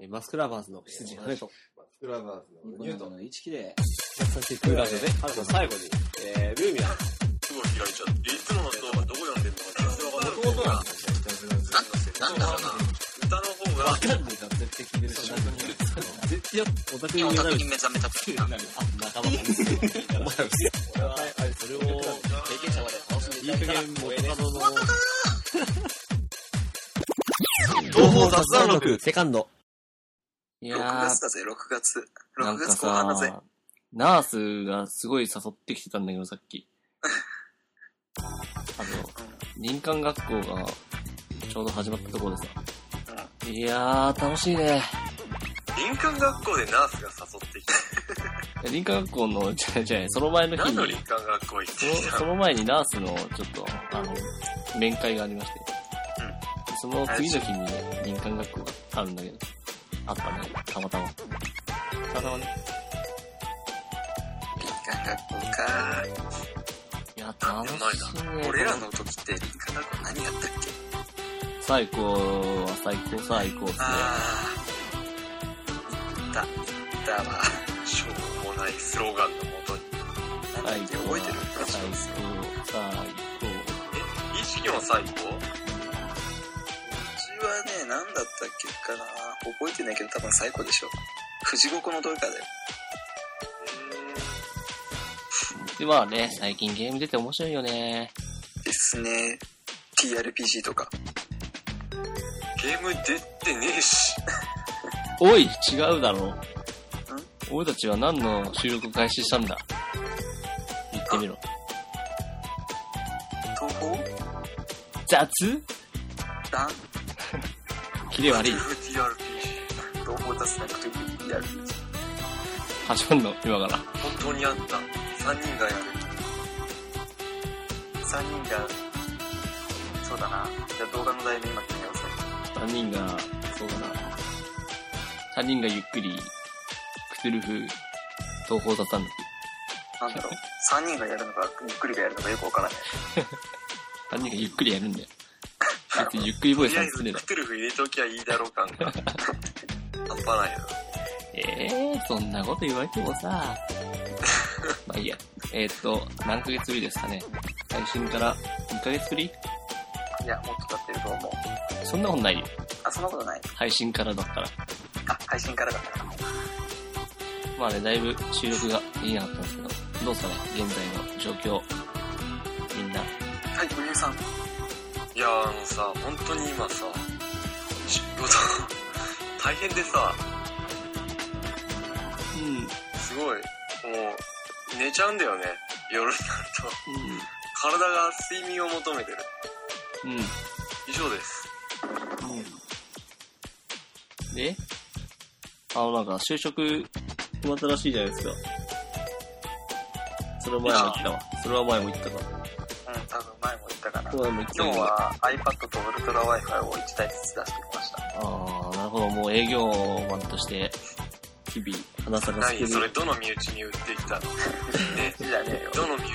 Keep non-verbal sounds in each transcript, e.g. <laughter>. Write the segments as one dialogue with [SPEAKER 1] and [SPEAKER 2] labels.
[SPEAKER 1] えーマスクラバーズの羊の羽と、
[SPEAKER 2] クラバーズ
[SPEAKER 3] ニ
[SPEAKER 2] の
[SPEAKER 3] コ
[SPEAKER 2] ニュー
[SPEAKER 3] 生
[SPEAKER 2] トン。
[SPEAKER 3] の一期で、
[SPEAKER 1] 優しいクーラーでね、あと最後に、えー、ルーミアン。いや、オタクに見えない。
[SPEAKER 4] 目覚めたくてなる
[SPEAKER 1] それを、経
[SPEAKER 4] 経験者まで楽しんでい
[SPEAKER 1] いい加減、元カノの、
[SPEAKER 4] 東方雑談録
[SPEAKER 1] 録、セカンド。
[SPEAKER 3] い
[SPEAKER 4] 6
[SPEAKER 3] や
[SPEAKER 4] 月
[SPEAKER 3] ー、
[SPEAKER 4] だぜ、6月。
[SPEAKER 3] な
[SPEAKER 4] 6
[SPEAKER 3] んか
[SPEAKER 4] 月後半だぜ。
[SPEAKER 3] さ、ナースがすごい誘ってきてたんだけど、さっき。あの、林間学校がちょうど始まったところでさ。いやー、楽しいね。
[SPEAKER 5] 林間学校でナースが誘ってき <laughs> た。
[SPEAKER 3] 林間学校の、 <laughs> じゃあじゃあその前の日
[SPEAKER 5] 何の
[SPEAKER 3] に
[SPEAKER 5] 林、間学校行って
[SPEAKER 3] その
[SPEAKER 5] きた
[SPEAKER 3] その前にナースのちょっと、あの、面会がありまして。その次の日にね、林間学校があるんだけど、あったね、たまたま。たまたまね。
[SPEAKER 4] 林間学校か。
[SPEAKER 3] いや、楽しいね。
[SPEAKER 4] 俺らの時って林間学校何やったっけ
[SPEAKER 3] 最高は最高最高ですね。
[SPEAKER 4] あー。行った、行ったわ。
[SPEAKER 5] のしょうもないスローガンのもとに。
[SPEAKER 4] なんだっけ、覚えてる
[SPEAKER 3] 最高、最高。
[SPEAKER 5] え、意識も最高
[SPEAKER 4] うちはね、何だったっけかな覚えてないけど多分最高でしょ。藤子のどれかだよ。
[SPEAKER 3] で、まあね、最近ゲーム出て面白いよね。
[SPEAKER 4] ですね。TRPG とか。
[SPEAKER 5] ゲーム出てねえし。
[SPEAKER 3] おい、違うだろ。俺たちは何の収録を開始したんだ言ってみろ。
[SPEAKER 4] 東方
[SPEAKER 3] 雑
[SPEAKER 4] ラン
[SPEAKER 3] キレ悪い。
[SPEAKER 5] FTRPG。
[SPEAKER 4] 東方雑なくて TRPG。
[SPEAKER 3] 始まんの今から。
[SPEAKER 5] 本当にあった。
[SPEAKER 4] 3人がやる3人がそうだなじゃあ動画の題名今決めようぜ
[SPEAKER 3] 3人が、そうだな。3人がゆっくり、クトゥルフ、東方雑談
[SPEAKER 4] なんだろう3人がやるのかゆっくりがやるのかよくわからない
[SPEAKER 3] 3人がゆっくりやるん <laughs> だよ。だってゆっくりボ
[SPEAKER 5] と
[SPEAKER 3] イス
[SPEAKER 5] りあ
[SPEAKER 3] なん
[SPEAKER 5] え
[SPEAKER 3] て
[SPEAKER 5] ず、
[SPEAKER 3] ねえだ
[SPEAKER 5] クトゥルフ入れときゃいいだろう感が。
[SPEAKER 4] <laughs>
[SPEAKER 5] 半端ないな。
[SPEAKER 3] ええー、そんなこと言われても <laughs> さ。まあいいや。えー、っと、何ヶ月ぶりですかね。配信から2ヶ月ぶり
[SPEAKER 4] いやもっと経ってると思う
[SPEAKER 3] そんなことないよ。
[SPEAKER 4] あそんなことない
[SPEAKER 3] 配信からだったら。
[SPEAKER 4] あ配信からだったな
[SPEAKER 3] まあね、だいぶ収録ができなかったんですけど、どうですかね、現在の状況。みんな。
[SPEAKER 4] はいお乳さん
[SPEAKER 5] いやあのさ、本当に今さ、仕事、 <laughs> 大変でさ、
[SPEAKER 3] うん、うん。
[SPEAKER 5] すごい、もう、寝ちゃうんだよね。夜になると。体が睡眠を求めてる。
[SPEAKER 3] うん。
[SPEAKER 5] 以上です。
[SPEAKER 3] であの、なんか、就職決まったらしいじゃないですか。それは前も言ったわ。それは前も言ったか。
[SPEAKER 4] うん多分前も言ったかな
[SPEAKER 3] それは前も言った
[SPEAKER 4] 今
[SPEAKER 3] わ
[SPEAKER 4] 日は iPad と UltraWi-Fi を1台ずつ出してきました
[SPEAKER 3] ああ、なるほど。もう営業マンとして、日々、花探して
[SPEAKER 5] 何それ
[SPEAKER 3] る。
[SPEAKER 5] どの身内に売って <laughs> きたのね
[SPEAKER 4] じゃねえよ
[SPEAKER 5] どの身内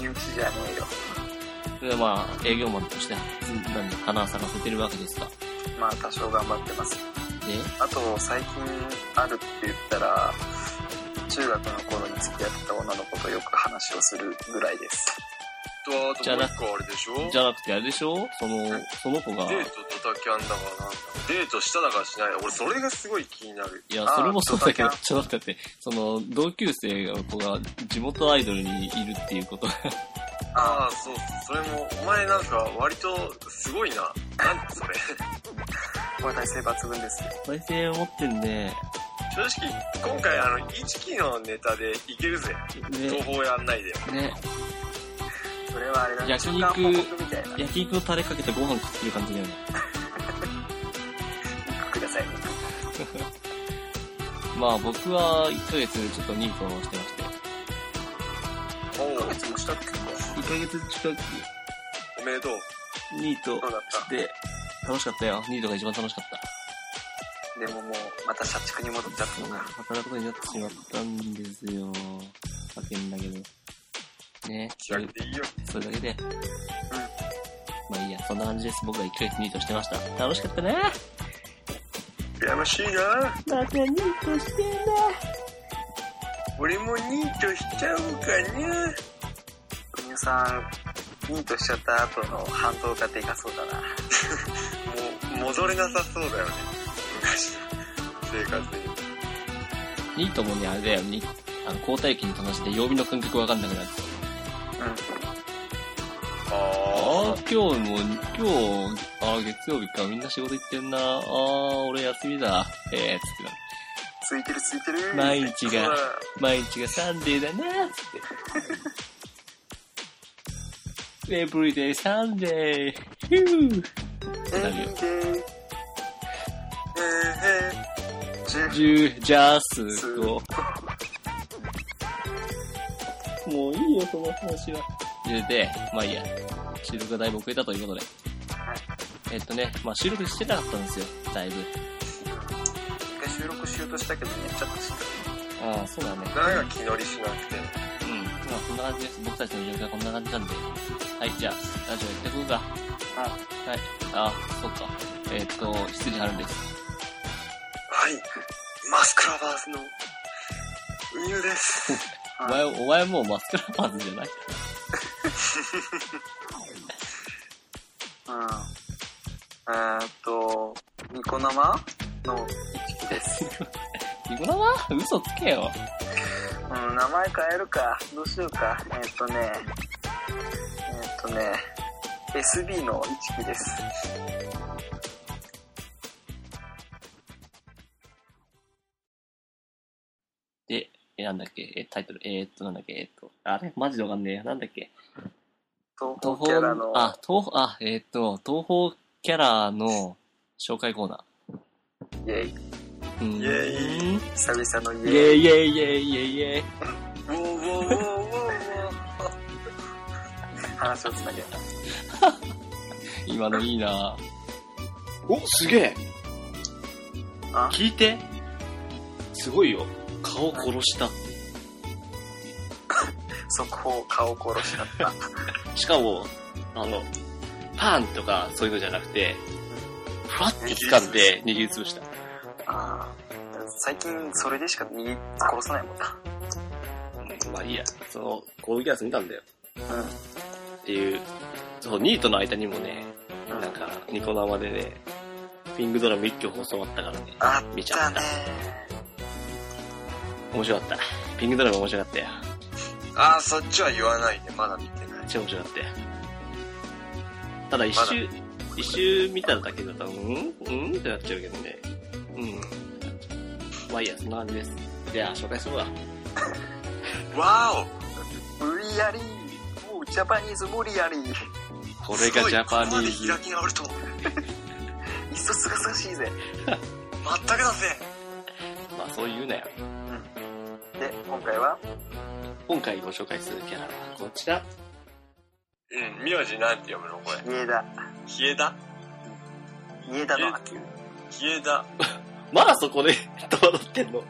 [SPEAKER 4] 身内じゃねえよ
[SPEAKER 3] でまあ、営業マンとして、何、花探せてるわけですか。
[SPEAKER 4] まあ多少頑張ってます
[SPEAKER 3] で、
[SPEAKER 4] あと最近あるって言ったら中学の頃に付き合ってた女の子とよく話をするぐらいです
[SPEAKER 5] とあともう一個あれでしょ
[SPEAKER 3] じゃなくてあれでしょその、その子が、
[SPEAKER 5] デートドタキャンだからなんだデートしただからしないだ俺それがすごい気になる
[SPEAKER 3] いや、
[SPEAKER 4] あー
[SPEAKER 3] それもそうだけど
[SPEAKER 4] ドタ、
[SPEAKER 3] ちょっと待って、その、同級生の子が地元アイドルにいるっていうこと。
[SPEAKER 5] ああそうそれもお前なんか割とすごいな何それ
[SPEAKER 4] これ体制抜群ですよ
[SPEAKER 3] 再生持ってんね。
[SPEAKER 5] 正直今回あの一期のネタでいけるぜ東
[SPEAKER 3] ね、
[SPEAKER 5] 方やんないで
[SPEAKER 3] ね、
[SPEAKER 4] それはあれだね
[SPEAKER 3] 焼
[SPEAKER 4] 中
[SPEAKER 3] 肉
[SPEAKER 4] 間報告みたいな
[SPEAKER 3] 焼き肉のタレかけてご飯食ってる感じだよね。
[SPEAKER 4] 肉ください
[SPEAKER 3] まあ僕は1ヶ月ちょっとニートをしてまして、
[SPEAKER 5] おお
[SPEAKER 4] 1ヶ月もしたって結構
[SPEAKER 3] 1ヶ月近く
[SPEAKER 5] おめでとう
[SPEAKER 3] ニート
[SPEAKER 4] どうだっ
[SPEAKER 3] して、楽しかったよ。ニートが一番楽しかった。
[SPEAKER 4] たでももうまた社畜に戻っちゃったのか
[SPEAKER 3] 働くことになってしまったんですよ。負けんだけど。ね、そ
[SPEAKER 5] 気合
[SPEAKER 3] れ
[SPEAKER 5] いでいいよ
[SPEAKER 3] それだけで。まあいいや、そんな感じです。僕は1ヶ月ニートしてました。楽しかったね。
[SPEAKER 6] 羨ましいな
[SPEAKER 2] またニートしてえな。
[SPEAKER 6] 俺もニートしちゃおうかな
[SPEAKER 4] 乳酸ニートしちゃった後の半導体でかそうだな
[SPEAKER 7] <laughs>
[SPEAKER 6] もう戻れなさそうだよね昔の生活に
[SPEAKER 7] ニートもね、あれだよ、にあの交代機に飛ばして曜日の感覚わかんなくなる。あ
[SPEAKER 6] あ
[SPEAKER 7] あ、今日も、今日、ああ、月曜日か、みんな仕事行ってんな。ああ、俺休みだ。えー、つってな。
[SPEAKER 4] ついてるついてる
[SPEAKER 7] 毎日
[SPEAKER 6] あ
[SPEAKER 7] が、毎日がサンデーだな、つって。エブリデイサンデー。ヒューってなるよ。
[SPEAKER 4] えー、じゅ
[SPEAKER 7] ジュジャスを。もういいよ、その話は。で、まあいいや。収録がだいぶ遅れたということで。えっとね、まあ収録してなかったんですよ、だいぶ。
[SPEAKER 4] 一回収録しようとしたけど寝ちゃったし
[SPEAKER 7] ああ、そうだね。
[SPEAKER 6] なんか気乗りしなくて
[SPEAKER 7] うん。まあそんな感じです。僕たちの状況はこんな感じなんで。はい、じゃあ、ラジオやっていこうか。はい。あ、そうか。えっと、7時半です。
[SPEAKER 6] はいマスクラバーズの運
[SPEAKER 4] <laughs>
[SPEAKER 6] 輸です
[SPEAKER 7] お前、お前もうマスクラパーズじゃない
[SPEAKER 4] うんえー、っとニコ生の一期です、
[SPEAKER 7] ニコ生嘘つけよ。
[SPEAKER 4] うん、名前変えるかどうしようかえー、っとねえー、っとね SB の一期です
[SPEAKER 7] で、え、なんだっけ、え、タイトル、えー、っと、なんだっけ、えーっと、あれマジでわかんねえや。なんだっけ、
[SPEAKER 4] 東
[SPEAKER 7] 東
[SPEAKER 4] 方キャラの
[SPEAKER 7] 宝、あ、東宝、あ、えーっと、東宝キャラの紹介コーナ
[SPEAKER 4] イエイ
[SPEAKER 7] ー。うん
[SPEAKER 6] イェ
[SPEAKER 4] 久々の
[SPEAKER 7] イ
[SPEAKER 4] イエ
[SPEAKER 7] ェ
[SPEAKER 4] イ
[SPEAKER 7] イイェイイェイイェイイェイ。
[SPEAKER 6] ウォーウォーウォーウォーウォ
[SPEAKER 4] <laughs> 話をつなげた
[SPEAKER 7] 今のいいなぁ
[SPEAKER 3] お、すげえ
[SPEAKER 4] あ
[SPEAKER 3] 聞いてすごいよ。顔殺した。
[SPEAKER 4] 速報顔殺しだった
[SPEAKER 3] しかも、あの、パンとかそういうのじゃなくて、ふわって掴んで握りつぶした。
[SPEAKER 4] あー最近それでしか逃げ殺さないもんな
[SPEAKER 3] うんまあいいや。その、攻撃は済んだんだよ。
[SPEAKER 4] うん
[SPEAKER 3] っていう、そう、ニートの間にもね、なんか、ニコ生でね、ピングドラム一挙放送あったからね、
[SPEAKER 4] あ
[SPEAKER 3] 見ちゃ
[SPEAKER 4] だ
[SPEAKER 3] っ
[SPEAKER 4] ね
[SPEAKER 3] た。面白かった。ピングドラム面白かったよ。
[SPEAKER 6] ーあーそっちは言わないでまだ見てない
[SPEAKER 3] 超面白かったよ。ただ一周、一周見ただけだと、うんうんってなっちゃうけどね。うん。まあいいや、そんな感じです。じゃあ、紹介するわ。
[SPEAKER 6] わ
[SPEAKER 4] 無理やりもうジャパニーズ無理やりいっ
[SPEAKER 3] こ
[SPEAKER 6] お
[SPEAKER 3] れがジャパニー
[SPEAKER 6] すごいここ
[SPEAKER 3] ズ
[SPEAKER 6] まで。開き直ると
[SPEAKER 4] そすがすがしいぜ
[SPEAKER 6] 全くだぜ
[SPEAKER 3] まあそう言うなよ。
[SPEAKER 4] で今回は
[SPEAKER 3] 今回ご紹介するキャラはこちら。
[SPEAKER 6] うん名字なんて読むのこれ
[SPEAKER 4] 家田
[SPEAKER 6] ヒエダ
[SPEAKER 4] 家田の秋
[SPEAKER 6] ヒエダ
[SPEAKER 3] まだそこで <laughs> 戸惑って
[SPEAKER 6] <laughs>
[SPEAKER 3] んの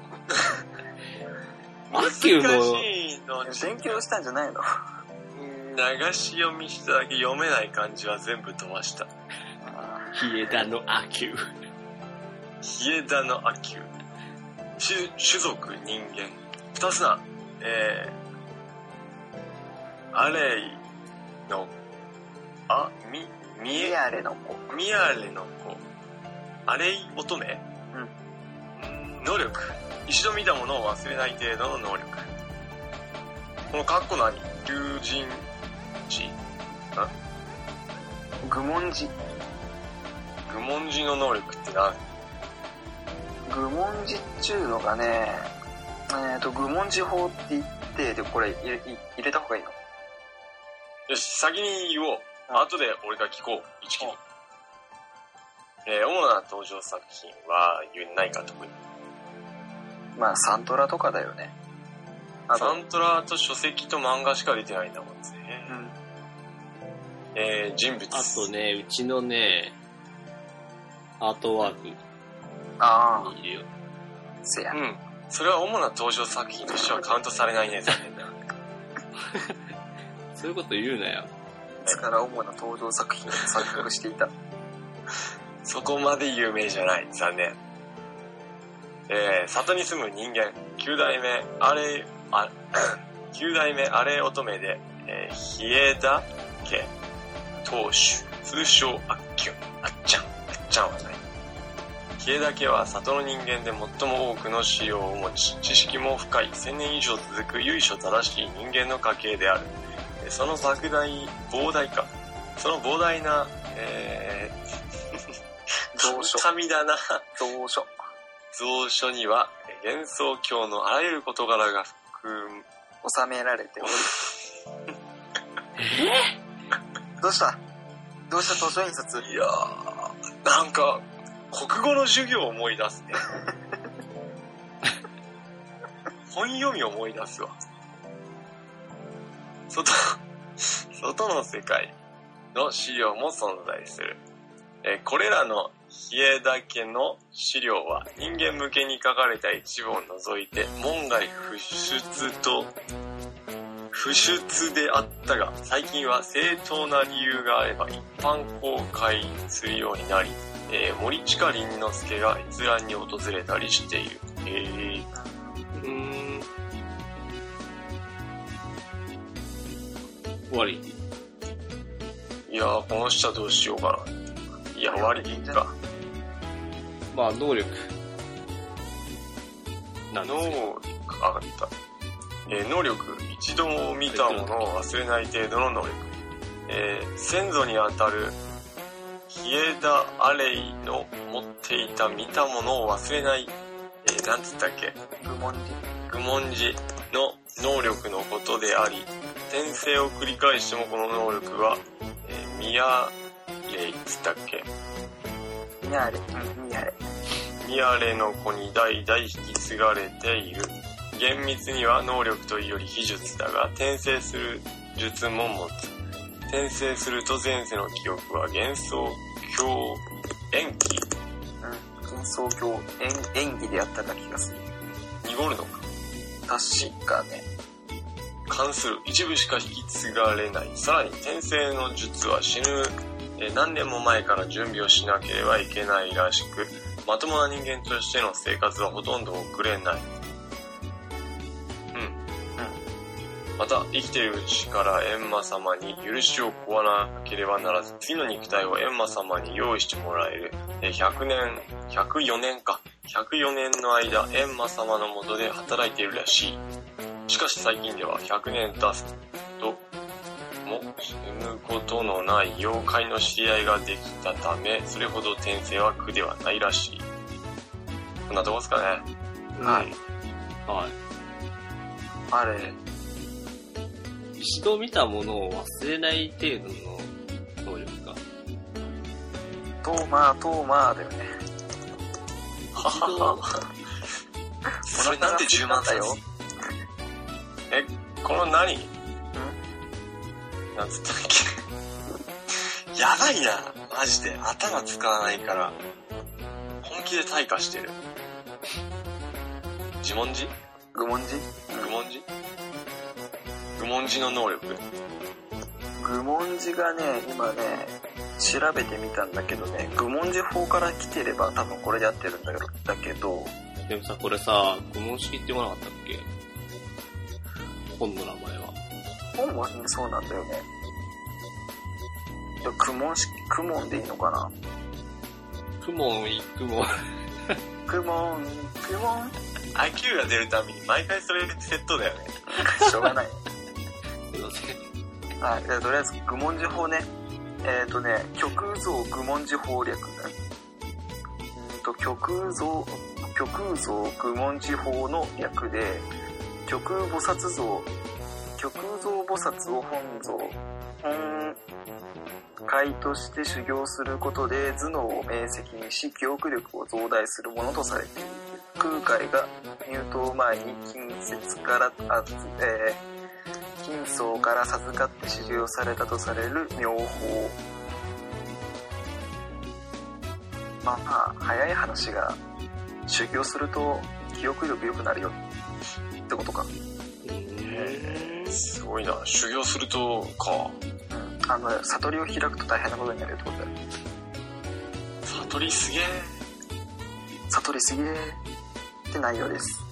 [SPEAKER 3] アキューの
[SPEAKER 6] 難しいの
[SPEAKER 4] 勉強したんじゃないの
[SPEAKER 6] 流し読みしただけ読めない漢字は全部飛ばした
[SPEAKER 4] あ
[SPEAKER 3] ヒエダのアキュー。
[SPEAKER 6] ヒエダのアキュー種種族人間二つなえー、アレイのあみ
[SPEAKER 4] ー
[SPEAKER 6] み
[SPEAKER 4] 家
[SPEAKER 6] え
[SPEAKER 4] あれの子
[SPEAKER 6] ミアレの子アレイ乙女、うん、能力一度見たものを忘れない程度の能力このカッコ何竜神寺
[SPEAKER 4] 愚問寺
[SPEAKER 6] 愚問寺の能力って何
[SPEAKER 4] 愚問寺っちゅうのがねえー、と愚問寺法って言ってでこれ入れい入れた方がいいの
[SPEAKER 6] よし、先に言おう。
[SPEAKER 4] うん
[SPEAKER 6] 後で俺が聞こう。一気に。えー主な登場作品は、言えないか特に。
[SPEAKER 4] まあサントラとかだよねあと
[SPEAKER 6] サントラと書籍と漫画しか出てないんだもんね。
[SPEAKER 4] うん
[SPEAKER 6] えー人物。
[SPEAKER 3] あと。ね、うちのね、アートワーク
[SPEAKER 4] ああ
[SPEAKER 3] にいるよ。
[SPEAKER 4] せや
[SPEAKER 6] うん。それは主な登場作品としてはカウントされないね、残念ながら。
[SPEAKER 3] そういうこと言うなよ。
[SPEAKER 4] つから主な登場
[SPEAKER 6] <laughs>
[SPEAKER 4] 作品を作曲していた。
[SPEAKER 6] そこまで有名じゃない、残念。えー里に住む人間、九代目あれ、あ、 <coughs> 九代目あれ乙女で、えー、ヒエダ家当主、通称あっきゅん、あっちゃん、あっちゃんはない。ヒエダ家は里の人間で最も多くの使用を持ち、知識も深い、千年以上続く由緒正しい人間の家系である。えーその莫大、膨大か、その膨大な、えー、
[SPEAKER 4] 蔵書
[SPEAKER 6] 神々だな。
[SPEAKER 4] 蔵書。
[SPEAKER 6] 蔵書にはえー幻想郷のあらゆる事柄が含む
[SPEAKER 4] 収められてお
[SPEAKER 6] <laughs>
[SPEAKER 4] る。どうしたどうした図書印刷
[SPEAKER 6] いやーなんか国語の授業を思い出すね本読みを思い出すわ外外の世界の資料も存在するえーこれらの比叡だけの資料は人間向けに書かれた一部を除いて門外不出と不出であったが最近は正当な理由があれば一般公開するようになり、えー森近林之助が閲覧に訪れたりしているへえ
[SPEAKER 3] うーん。終わり。
[SPEAKER 6] いやーこの人はどうしようかないや割り切った
[SPEAKER 3] まあ、能力。なんです
[SPEAKER 6] 能
[SPEAKER 3] けど
[SPEAKER 6] 力上がった、えー能力一度も見たものを忘れない程度の能力、えー先祖にあたるヒエダ・アレイの持っていた見たものを忘れない、えー、なんつったっけ
[SPEAKER 4] 部門に
[SPEAKER 6] 愚問字の能力のことであり転生を繰り返してもこの能力は、えー、ミアレイっつったっけ
[SPEAKER 4] 見あれ。うん、見あれ。
[SPEAKER 6] ミアレの子に代々引き継がれている厳密には能力というより秘術だが転生する術も持つ転生すると前世の記憶は幻想狂延期
[SPEAKER 4] うん。幻想郷演演技でやっただ気がする。
[SPEAKER 6] 濁るのか
[SPEAKER 4] 確かね。
[SPEAKER 6] 関する一部しか引き継がれないさらに転生の術は死ぬえー何年も前から準備をしなければいけないらしくまともな人間としての生活はほとんど送れないうんまた生きているうちから閻魔様に許しを請わなければならず次の肉体を閻魔様に用意してもらえるえー100年104年か104年の間閻魔様のもとで働いているらしいしかし最近では100年経つとも死ぬことのない妖怪の知り合いができたためそれほど転生は苦ではないらしいこんなとこですかね
[SPEAKER 4] は
[SPEAKER 3] は
[SPEAKER 4] あれ、
[SPEAKER 3] い。一度見たものを忘れない程度の能力か。
[SPEAKER 4] トーマー、トーマーだよね。
[SPEAKER 3] 一度、
[SPEAKER 6] それなんで10万だよ
[SPEAKER 4] 冊
[SPEAKER 6] この何なんつったっけやばいなマジで頭使わないから本気で退化してる自問自
[SPEAKER 4] 愚問字
[SPEAKER 6] 愚問自愚問自の能力
[SPEAKER 4] 愚問字がね、今ね、調べてみたんだけどね、愚問字法から来てれば多分これで合ってるんだけど、だけど、
[SPEAKER 3] でもさ、これさ、愚問式って言わなかったっけ本の名前は。
[SPEAKER 4] 本はそうなんだよね。いや愚問し、愚問でいいのかな
[SPEAKER 3] クモン、イクモン。
[SPEAKER 4] 愚問、愚問
[SPEAKER 6] IQ が出るために毎回それセットだよね
[SPEAKER 4] しょうがない。
[SPEAKER 3] すいません。
[SPEAKER 4] はい、じゃあとりあえず愚問字法ね。えっ、ー、とね、極像愚問字法略ね。うーんと、極像、極像愚問字法の略で、極菩薩像、極像菩薩を本像、本会として修行することで頭脳を明晰にし、記憶力を増大するものとされている。空海が入党前に近接から、あえー金層から授かって使用されたとされる妙法まあ早い話が修行すると記憶力良くなるよってことか、
[SPEAKER 6] すごいな修行するとか
[SPEAKER 4] うん、あの悟りを開くと大変なことになるよってことだよ
[SPEAKER 6] 悟りすげえ
[SPEAKER 4] 悟りすぎねって内容です。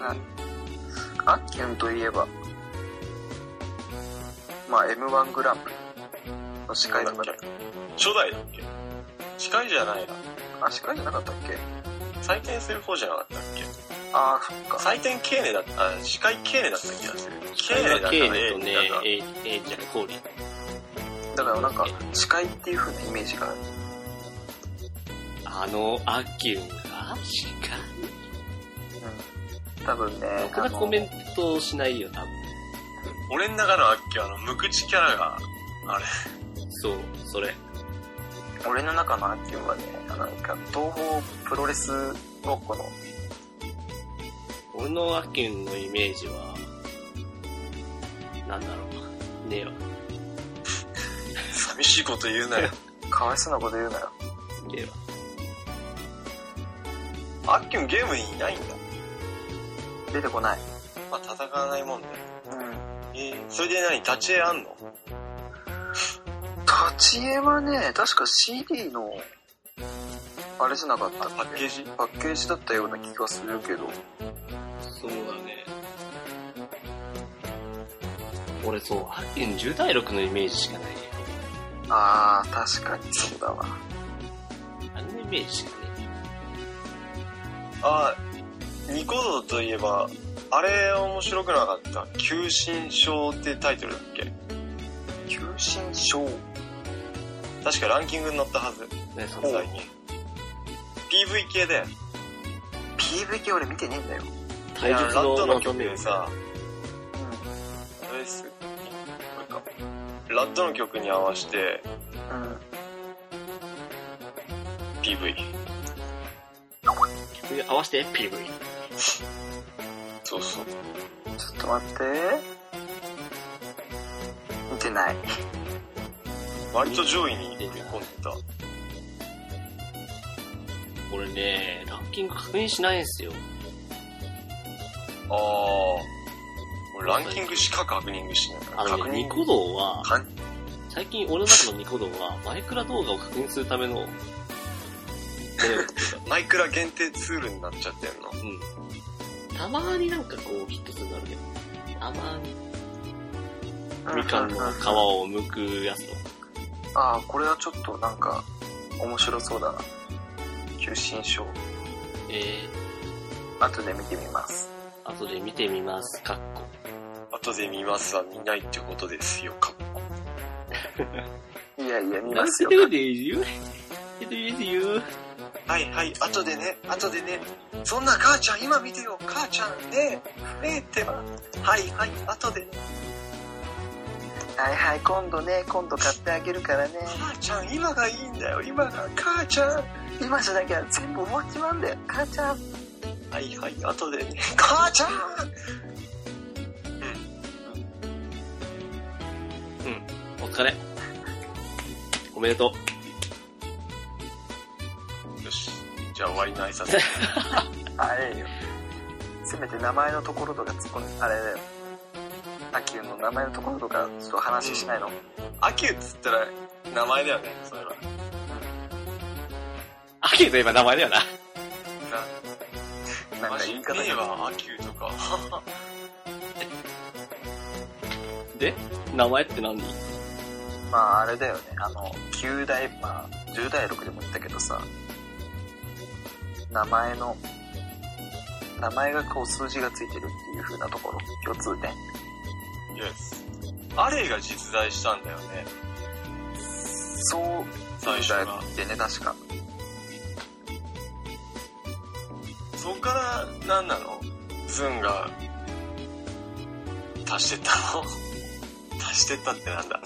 [SPEAKER 4] なあっきゅんといえば、まあ M1 グランプリの司会とかだ
[SPEAKER 6] 初代だっけ司会じゃないな。
[SPEAKER 4] あ、司会じゃなかったっけ
[SPEAKER 6] 採点する方じゃなかったっけ
[SPEAKER 4] ああ、そっか。
[SPEAKER 6] 採点経年だった、あ司会経年だった気がする。経
[SPEAKER 3] あれ
[SPEAKER 6] 年だ
[SPEAKER 3] は
[SPEAKER 6] った
[SPEAKER 3] ケ
[SPEAKER 6] ね
[SPEAKER 3] イネとね、
[SPEAKER 6] A
[SPEAKER 3] えいえいじゃない、コーリー。
[SPEAKER 4] だからなんか、司会っていう風なイメージがある。
[SPEAKER 3] あの、アキュンが司会
[SPEAKER 4] うん。多分ね、
[SPEAKER 3] ろくなコメントをしないよ、多分。
[SPEAKER 6] 俺の中のあっきはあの、無口キャラが、あれ、
[SPEAKER 3] そう、それ。
[SPEAKER 4] あの俺の中のアッキュンはね、あのなんか、東方プロレスごっこの、
[SPEAKER 3] 俺のアキュンのイメージは、なんだろう。ねえわ。
[SPEAKER 6] 寂しいこと言うなよ。
[SPEAKER 4] かわいそうなこと言うなよ。
[SPEAKER 3] ねえわ。
[SPEAKER 6] あっきもゲームにいないんだ。
[SPEAKER 4] 出てこない。
[SPEAKER 6] まあ、戦わないもんね。
[SPEAKER 4] うん。
[SPEAKER 6] えー、それで何立ち絵あんの
[SPEAKER 4] 立ち絵はね、確か CD の、あれじゃなかった
[SPEAKER 6] あ
[SPEAKER 4] っ
[SPEAKER 6] パッケージ
[SPEAKER 4] けパッケージだったような気がするけど。
[SPEAKER 3] そうだね。俺そう、アキュン10対6のイメージしかないね。
[SPEAKER 4] あー、確かにそうだわ。
[SPEAKER 3] あのイメージしかね。
[SPEAKER 6] あー、ニコ動といえば、あれ面白くなかった。求心症ってタイトルだっけ
[SPEAKER 4] 求心症。
[SPEAKER 6] 確かランキングに載ったはず、
[SPEAKER 3] ね、その
[SPEAKER 6] 最近。PV 系で、
[SPEAKER 4] PV 系俺見てねえんだよ。
[SPEAKER 3] 体術
[SPEAKER 6] ラッド
[SPEAKER 3] の
[SPEAKER 6] の
[SPEAKER 3] まと
[SPEAKER 6] 曲
[SPEAKER 3] め
[SPEAKER 6] でさ、これすこれか。ラッドの曲に合わせて
[SPEAKER 4] うん。うん。
[SPEAKER 6] PV。
[SPEAKER 3] 合わせて PV。
[SPEAKER 6] そうそう。
[SPEAKER 4] ちょっと待って。見てない。
[SPEAKER 6] 割と上位に入れ込んでた。
[SPEAKER 3] 俺ね、ランキング確認しないんすよ。
[SPEAKER 6] あー。俺ランキングしか確認しないから。
[SPEAKER 3] あの
[SPEAKER 6] 確
[SPEAKER 3] ね、
[SPEAKER 6] 認
[SPEAKER 3] ニ。コ動は、
[SPEAKER 6] はい
[SPEAKER 3] 最近俺の中のニコ動は、マイクラ動画を確認するため
[SPEAKER 6] <laughs>
[SPEAKER 3] の、ね、
[SPEAKER 6] マイクラ限定ツールになっちゃってんの。
[SPEAKER 3] うん。たまになんかこうヒットするんだろうけど、たまにみかんの
[SPEAKER 4] う
[SPEAKER 3] 皮を剥くやつとか、
[SPEAKER 4] あー、これはちょっとなんか、面白そうだな。求心症。
[SPEAKER 3] え
[SPEAKER 4] 後で見てみます。
[SPEAKER 3] ー、後で見てみます、かっこ。
[SPEAKER 6] 後で見ますは見ないってことですよ、かっこ。
[SPEAKER 4] いやいや、見
[SPEAKER 3] な
[SPEAKER 4] ま
[SPEAKER 3] ん
[SPEAKER 4] す
[SPEAKER 3] て <laughs>
[SPEAKER 4] よ。
[SPEAKER 3] 手で言う手で言う
[SPEAKER 6] はいはい、後でね、後でね。そんな母ちゃん今見てよ、母ちゃんね。ねえってば。はいはい、後でね。
[SPEAKER 4] はいはい、今度ね、今度買ってあげるからね。
[SPEAKER 6] 母ちゃん今がいいんだよ、今が。母ちゃん。
[SPEAKER 4] 今じゃなきゃ全部おもちまんだよ母ちゃん
[SPEAKER 6] はいはい、後でね。母ちゃん
[SPEAKER 3] お疲れ。おめでと
[SPEAKER 6] よし。じゃあ終わりの挨拶。
[SPEAKER 4] あれよせめて名前のところとか突っ込んであれだよアキュンの名前のところとかちょっと話しないの、
[SPEAKER 6] アキュっつったら名前だよね、それは。
[SPEAKER 3] う。アキといえば名前だよな。
[SPEAKER 4] なん
[SPEAKER 6] マ
[SPEAKER 4] か
[SPEAKER 6] ジ
[SPEAKER 4] 言い
[SPEAKER 6] で
[SPEAKER 4] 方
[SPEAKER 6] え
[SPEAKER 4] が
[SPEAKER 6] ばアキュとか。
[SPEAKER 3] で、名前って何
[SPEAKER 4] まああれだよねあの9代まあ10代6でも言ったけどさ名前の名前がこう数字がついてるっていう風なところ共通点
[SPEAKER 6] イエス。アレイが実在したんだよね、
[SPEAKER 4] そう
[SPEAKER 6] 最初
[SPEAKER 4] だっ。
[SPEAKER 6] が
[SPEAKER 4] てね確か
[SPEAKER 6] そっから、何なのズンが、足してったの <laughs> 足してったってなんだ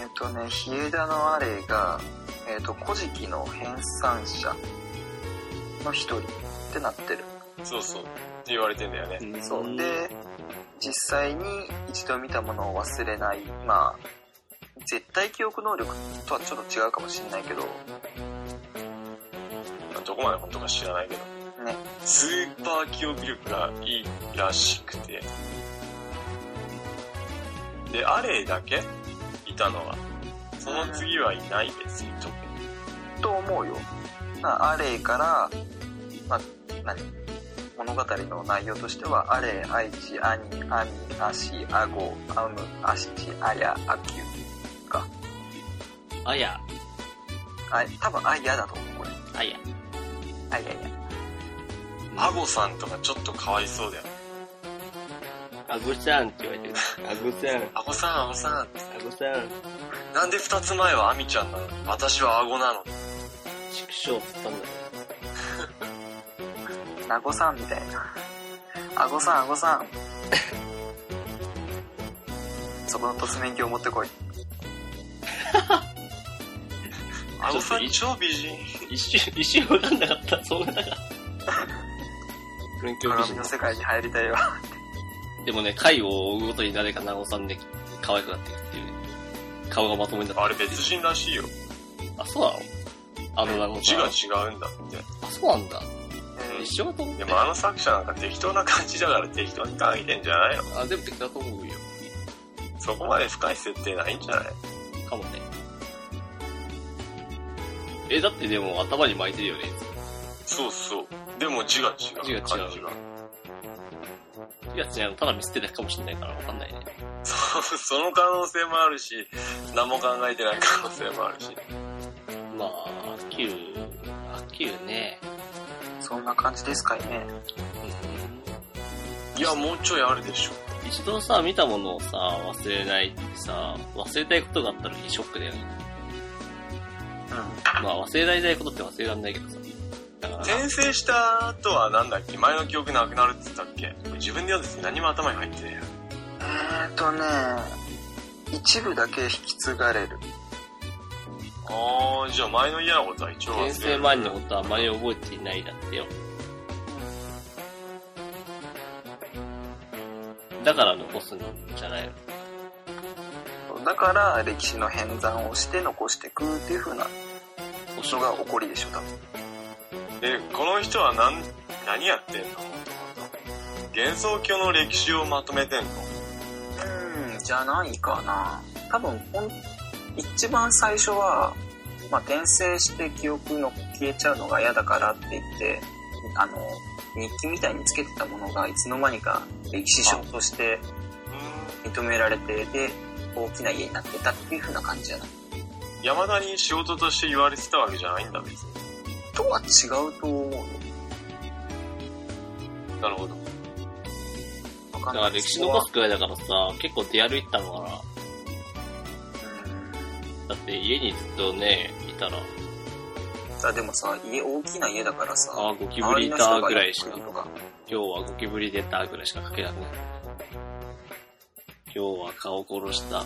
[SPEAKER 4] えっ、とね、ヒエダのアレイが、えっ、と、古事記の編纂者の一人ってなってる。
[SPEAKER 6] そうそう。って言われてんだよね。
[SPEAKER 4] そう。で、実際に一度見たものを忘れない、まあ、絶対記憶能力とはちょっと違うかもしんないけど、
[SPEAKER 6] まあどこまで本当か知らないけど。
[SPEAKER 4] ね。
[SPEAKER 6] スーパー記憶力がいいらしくて。で、アレイだけいたのは。その次はいないです、特に。
[SPEAKER 4] と思うよ。まあ、アレイから、まあ、何物語の内容としては、あれ、愛知、兄、兄、足、あご、あむ、あし、あや、あきゅうか。
[SPEAKER 3] あや、
[SPEAKER 4] あ、多分あやだと思う、これ。
[SPEAKER 3] あや。
[SPEAKER 4] あやや。
[SPEAKER 6] アゴさんとかちょっとかわいそうだよね。
[SPEAKER 3] あごちゃんって言われてる。あごちゃん、
[SPEAKER 6] アゴさん、アゴさん。
[SPEAKER 3] あごちゃん。
[SPEAKER 6] なんで二つ前はアミちゃんなの私はアゴなの。
[SPEAKER 3] 畜生っつったんだよ。
[SPEAKER 4] なごさんみたいな。あごさん、あごさん。 <laughs> そこの突面鏡持ってこい。
[SPEAKER 6] アゴさん
[SPEAKER 3] ち
[SPEAKER 6] 超美人。
[SPEAKER 3] 一瞬、一瞬わかんなかった。そんな中。勉強不
[SPEAKER 4] 鏡
[SPEAKER 3] 足
[SPEAKER 4] の世界に入りたいわ。
[SPEAKER 3] でもね、回を追うごとに誰かなごさんで可愛くなっていくっていうね。顔がまともになって
[SPEAKER 6] あれ別人らしいよ。
[SPEAKER 3] あ、そうなのあのなご
[SPEAKER 6] 字
[SPEAKER 3] さん。
[SPEAKER 6] が違うんだって。
[SPEAKER 3] あ、そうなんだ。
[SPEAKER 4] うん
[SPEAKER 3] 一緒だと思って
[SPEAKER 6] で。もあの作者なんか適当な感じだから適当に書いてんじゃないの
[SPEAKER 3] あ、でも敵だと思うよ。
[SPEAKER 6] そこまで深い設定ないんじゃない
[SPEAKER 3] かもね。え、だってでも頭に巻いてるよね。
[SPEAKER 6] そうそう。でも字が違う。
[SPEAKER 3] 字が違う
[SPEAKER 6] 感じが。 <laughs>
[SPEAKER 3] いや、違うの、ただ見捨てたかもしれないからわかんないね。
[SPEAKER 6] そう、その可能性もあるし、何も考えてない可能性もあるし。
[SPEAKER 3] まあ、アキュー、アキューね。
[SPEAKER 4] そんな感じですかいね。
[SPEAKER 6] いや、もうちょいあるでしょ。
[SPEAKER 3] 一度さ、見たものをさ、忘れないってさ、忘れたいことがあったらショックだよね。
[SPEAKER 4] う
[SPEAKER 3] まあ、忘れられないことって忘れられないけどさ。だから、
[SPEAKER 6] 転生した後はなんだっけ前の記憶なくなるって言ったっけ自分で読んでて何も頭に入ってねえや。
[SPEAKER 4] ん。えーっとね、一部だけ引き継がれる。
[SPEAKER 6] あー、じゃあ前の嫌なことは一応忘れる
[SPEAKER 3] 転生前のことはあまり覚えていないだってよ。だから残すんじゃないの
[SPEAKER 4] だから歴史の変算をして残していくっていう風なのが起こりでしょ、多分。
[SPEAKER 6] で、この人は何、何やってんの幻想郷の歴史をまとめてんの
[SPEAKER 4] うん、じゃないかな。多分、ほん一番最初は、まあ、転生して記憶の消えちゃうのが嫌だからって言って、あの、日記みたいにつけてたものがいつの間にか歴史書として認められて、で、大きな家になってたっていう風な感じじゃない。
[SPEAKER 6] 山田に仕事として言われてたわけじゃないんだ別に。
[SPEAKER 4] とは違うと思うよ。
[SPEAKER 6] なるほど。
[SPEAKER 4] わ
[SPEAKER 3] だ
[SPEAKER 4] かん
[SPEAKER 3] か
[SPEAKER 4] な
[SPEAKER 3] ら
[SPEAKER 4] い。
[SPEAKER 3] 歴史
[SPEAKER 4] そこ
[SPEAKER 3] 残
[SPEAKER 4] は
[SPEAKER 3] すくらいだからさ、結構出歩いてたのかな。
[SPEAKER 4] うん
[SPEAKER 3] だって家にずっとね、いたら、
[SPEAKER 4] あでもさ家大きな家だからさ
[SPEAKER 3] あーゴキブリいたぐらいしか
[SPEAKER 4] 周りの人が
[SPEAKER 3] 今日はゴキブリ出たぐらいしか書けなくなる。今日は顔殺した。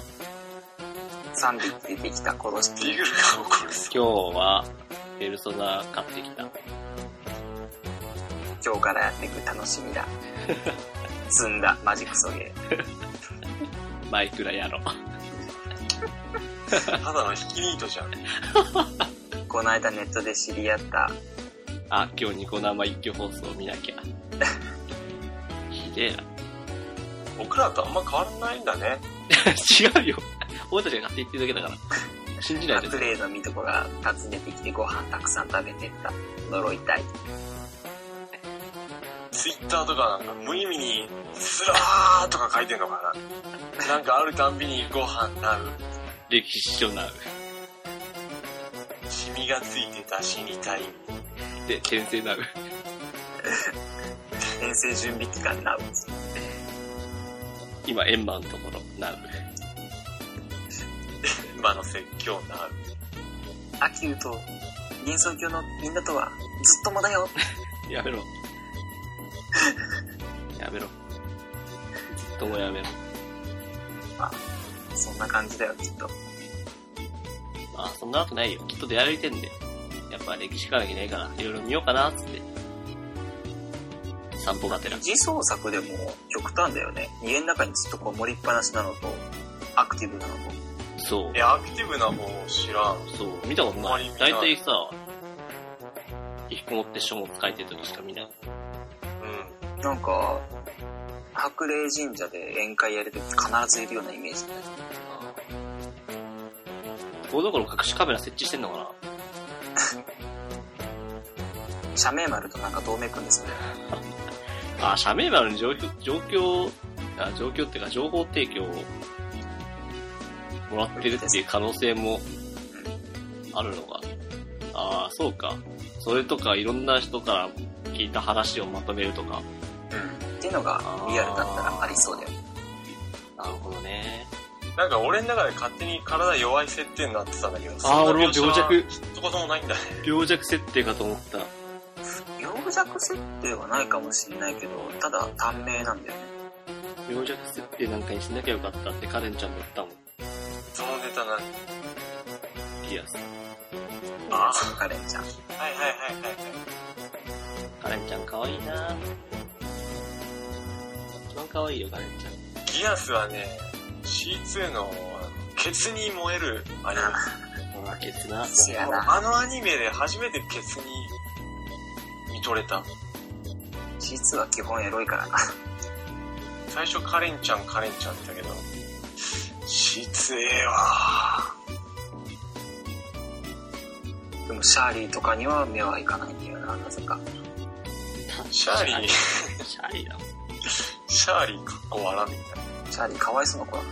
[SPEAKER 4] 3匹出てきた殺し
[SPEAKER 6] デ
[SPEAKER 4] て
[SPEAKER 6] ィグルが怒るす。
[SPEAKER 3] 今日は、ペルソナ買ってきた。
[SPEAKER 4] 今日からやっていく楽しみ
[SPEAKER 3] <laughs>
[SPEAKER 4] だ積んだマジクソゲー
[SPEAKER 3] マイクラやろ。
[SPEAKER 6] ただの引きニートじゃん。
[SPEAKER 4] この間ネットで知り合った
[SPEAKER 3] あ、今日ニコ生一挙放送見なきゃ。ひでえな。
[SPEAKER 6] 僕らとあんま変わらないんだね。
[SPEAKER 3] 違うよ。俺たちが勝手に言ってるだけだから。信じないで
[SPEAKER 4] プ。レイのみとこが訪ねてきてご飯たくさん食べてった呪いたい
[SPEAKER 6] ツイッターとかなんか無意味に、スラーとか書いてんのかな。なんかあるたんびにご飯なる。
[SPEAKER 3] 歴史書なう。
[SPEAKER 6] シミがついてた死にたい。
[SPEAKER 3] で、転生なう。
[SPEAKER 4] 遠征準備期間なう
[SPEAKER 3] 今、円満のところ、なう。
[SPEAKER 6] 今の説教なる。
[SPEAKER 4] アキューと幻想郷のみんなとはずっともだよ
[SPEAKER 3] やめろ。やめろ。ずっともやめろ。
[SPEAKER 4] そんな感じだよきっと
[SPEAKER 3] まあ、そんなわけないよ。きっと出歩いてんで。やっぱ歴史関係ないから、いろいろ見ようかな、つって。散歩がてら
[SPEAKER 4] 二。次創作でも極端だよね家の中にずっとこもりっぱなしなのとアクティブなのと
[SPEAKER 3] そう
[SPEAKER 6] え、。アクティブな方知らん。
[SPEAKER 3] そう。見たこと
[SPEAKER 6] あんま
[SPEAKER 3] な
[SPEAKER 6] り
[SPEAKER 3] い
[SPEAKER 6] 見。な
[SPEAKER 3] 大
[SPEAKER 6] い
[SPEAKER 3] 体さ、引きこもって書物書いてる時しか見ない。
[SPEAKER 6] う
[SPEAKER 4] なんか白麗神社で宴会やるとき必ずいるようなイメージだね
[SPEAKER 3] ところどころ隠しカメラ設置してんのかな
[SPEAKER 4] 社名丸となんか同盟組んですね。
[SPEAKER 3] あ、社名丸の状況、状況、あ状況っていうか情報提供をもらってるっていう可能性もあるのが。ああ、そうか。それとかいろんな人から聞いた話をまとめるとか。
[SPEAKER 4] っていうのがリアルだったらありそうだよね。
[SPEAKER 3] なるほどね。
[SPEAKER 6] なんか俺の中で勝手に体弱い設定になってたんだけど、
[SPEAKER 3] ああ、俺も
[SPEAKER 6] そんな
[SPEAKER 3] 病
[SPEAKER 6] 描写は
[SPEAKER 3] 弱、
[SPEAKER 6] そこそこないんだね。
[SPEAKER 3] 病弱設定かと思った。
[SPEAKER 4] 病弱設定はないかもしれないけど、ただ短命なんだよね。
[SPEAKER 3] 病弱設定なんかにしなきゃよかったってカレンちゃんも言ったもん。
[SPEAKER 6] そのネタな。はい
[SPEAKER 3] ピアス。
[SPEAKER 6] あ
[SPEAKER 4] そのカレンちゃん。
[SPEAKER 6] はいはいはいはい。
[SPEAKER 3] カレンちゃん可愛いな一番可愛いよ、カレンちゃん。
[SPEAKER 6] ギアスはね、C2 のケツに燃えるアニメ。
[SPEAKER 3] ほら、ケツな。 <laughs>
[SPEAKER 4] せやな。
[SPEAKER 6] あのアニメで初めてケツに見とれた。
[SPEAKER 4] 実は基本エロいからな。
[SPEAKER 6] 最初カレンちゃんカレンちゃんって言ったけど、C2 ええわ。
[SPEAKER 4] でもシャーリーとかには目はいかないんだよな、なぜか。
[SPEAKER 6] シャーリ
[SPEAKER 3] <laughs>
[SPEAKER 6] ー、
[SPEAKER 3] シャーリーだ。
[SPEAKER 6] シャーリーかっこ笑みたいな。
[SPEAKER 4] シャーリーかわいそうな子だか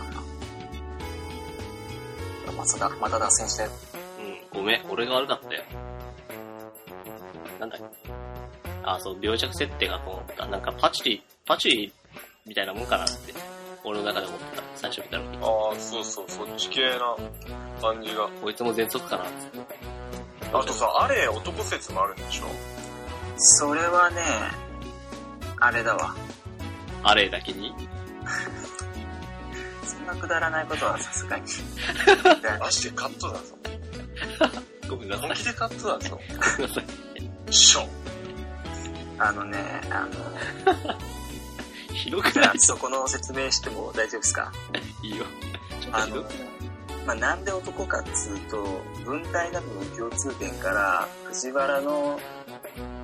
[SPEAKER 4] らな。まだ、また脱線して、
[SPEAKER 3] うん、ごめん、俺が悪かったよ。なんだっけあ、そう、病弱設定かと思った。なんかパチリ、パチリみたいなもんかなって、俺の中で思ってた。最初見た時。
[SPEAKER 6] ああ、そうそう、そっち系な感じが。
[SPEAKER 3] こいつも喘息かなって。
[SPEAKER 6] あとさ、あれ男説もあるんでしょ
[SPEAKER 4] それはね、あれだわ。
[SPEAKER 3] あれだけに。
[SPEAKER 4] そんなくだらないことはさすがに。
[SPEAKER 6] マジでカットだぞ。
[SPEAKER 3] ごめんなさい <laughs>
[SPEAKER 6] 本。気でカットだぞ。
[SPEAKER 3] ごめんなさい。
[SPEAKER 6] しょ。
[SPEAKER 4] あのね、あの、
[SPEAKER 3] ひどく
[SPEAKER 4] じ
[SPEAKER 3] な
[SPEAKER 4] ゃ
[SPEAKER 3] い
[SPEAKER 4] あそこの説明しても大丈夫ですか
[SPEAKER 3] いいよ。ちょっと
[SPEAKER 4] あ
[SPEAKER 3] ひど
[SPEAKER 4] の
[SPEAKER 3] く、
[SPEAKER 4] まあ、なんで男かっつうと、文体などの共通点から、藤原の、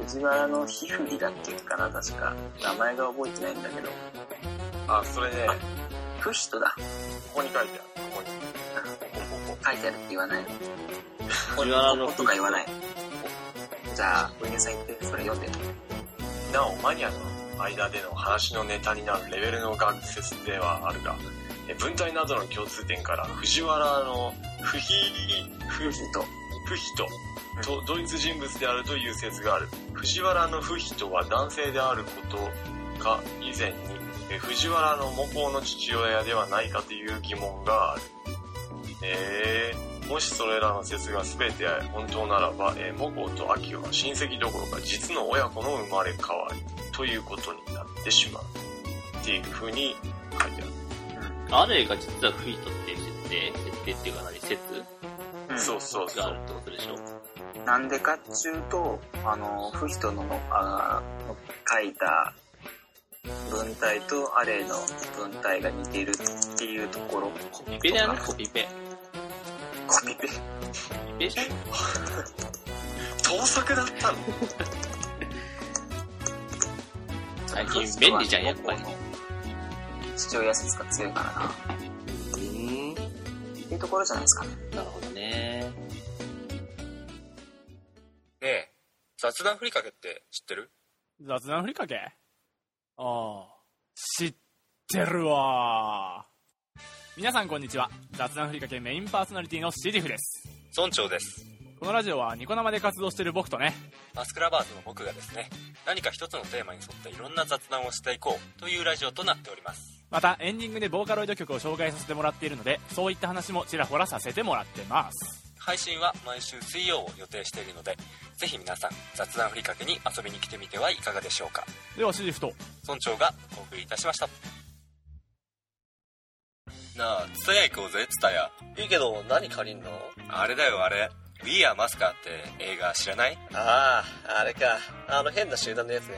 [SPEAKER 4] 藤原の皮膚にだっけかな、確か。名前が覚えてないんだけど。
[SPEAKER 6] あ、それね、
[SPEAKER 4] フヒトだ。
[SPEAKER 6] ここに書いてある。ここに。
[SPEAKER 4] 書いてあるって言わない。
[SPEAKER 3] 藤原の
[SPEAKER 4] こことか言わない。じゃあ、文芸さん言って、それ読んで。
[SPEAKER 6] なおマニアの間での話のネタになるレベルの学説ではあるがえ文体などの共通点から藤原の不比不
[SPEAKER 4] フヒト。
[SPEAKER 6] 不比ととドイツ人物であるという説がある藤原の不比とは男性であることか以前にえ藤原の母校の父親ではないかという疑問があるえーもしそれらの説が全て本当ならば、えー、モコとアキオは親戚どころか実の親子の生まれ変わりということになってしまうっていうふうに書いてある、
[SPEAKER 3] あれが実はフィートっていう設定、設定っていうか何、説
[SPEAKER 6] そうそうそ
[SPEAKER 3] があ
[SPEAKER 6] う
[SPEAKER 3] るってことでしょ。
[SPEAKER 4] なんでかっちゅうと、あの、フヒトののあの書いた文体とアレイの文体が似てるっていうところ。コ
[SPEAKER 3] コピペだよね、コピペ。
[SPEAKER 4] コピペ。
[SPEAKER 3] コピペじゃん
[SPEAKER 6] 盗作だったの
[SPEAKER 3] 最近便利じゃん、やっぱり。う
[SPEAKER 4] 父親説が強いからな。っ
[SPEAKER 3] ーん。
[SPEAKER 4] ていうところじゃないですかね。
[SPEAKER 3] なるほどね。
[SPEAKER 8] ねえ、雑談ふりかけって知ってる
[SPEAKER 9] 雑談ふりかけああ知ってるわ皆さんこんにちは雑談ふりかけメインパーソナリティのシリフです
[SPEAKER 8] 村長です。
[SPEAKER 9] このラジオはニコ生で活動してる僕とね
[SPEAKER 8] マスクラバーズの僕がですね、何か一つのテーマに沿っていろんな雑談をしていこうというラジオとなっております。
[SPEAKER 9] またエンディングでボーカロイド曲を紹介させてもらっているのでそういった話もちらほらさせてもらってます
[SPEAKER 8] 配信は毎週水曜を予定しているので、ぜひ皆さん雑談ふりかけに遊びに来てみてはいかがでしょうか。
[SPEAKER 9] ではシリフと
[SPEAKER 8] 村長がお送りいたしました。なあ、ツタヤ行こうぜ、ツタヤ。
[SPEAKER 6] いいけど何借りんの
[SPEAKER 8] あれだよ、あれ。We are Masca って映画知らない
[SPEAKER 6] あああれかあの変な集団のやつね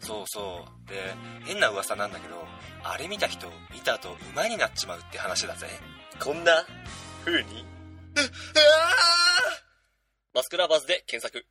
[SPEAKER 8] そうそうで変な噂なんだけどあれ見た人見た後馬になっちまうって話だぜ
[SPEAKER 6] こんな風に
[SPEAKER 8] マスクラバーズで検索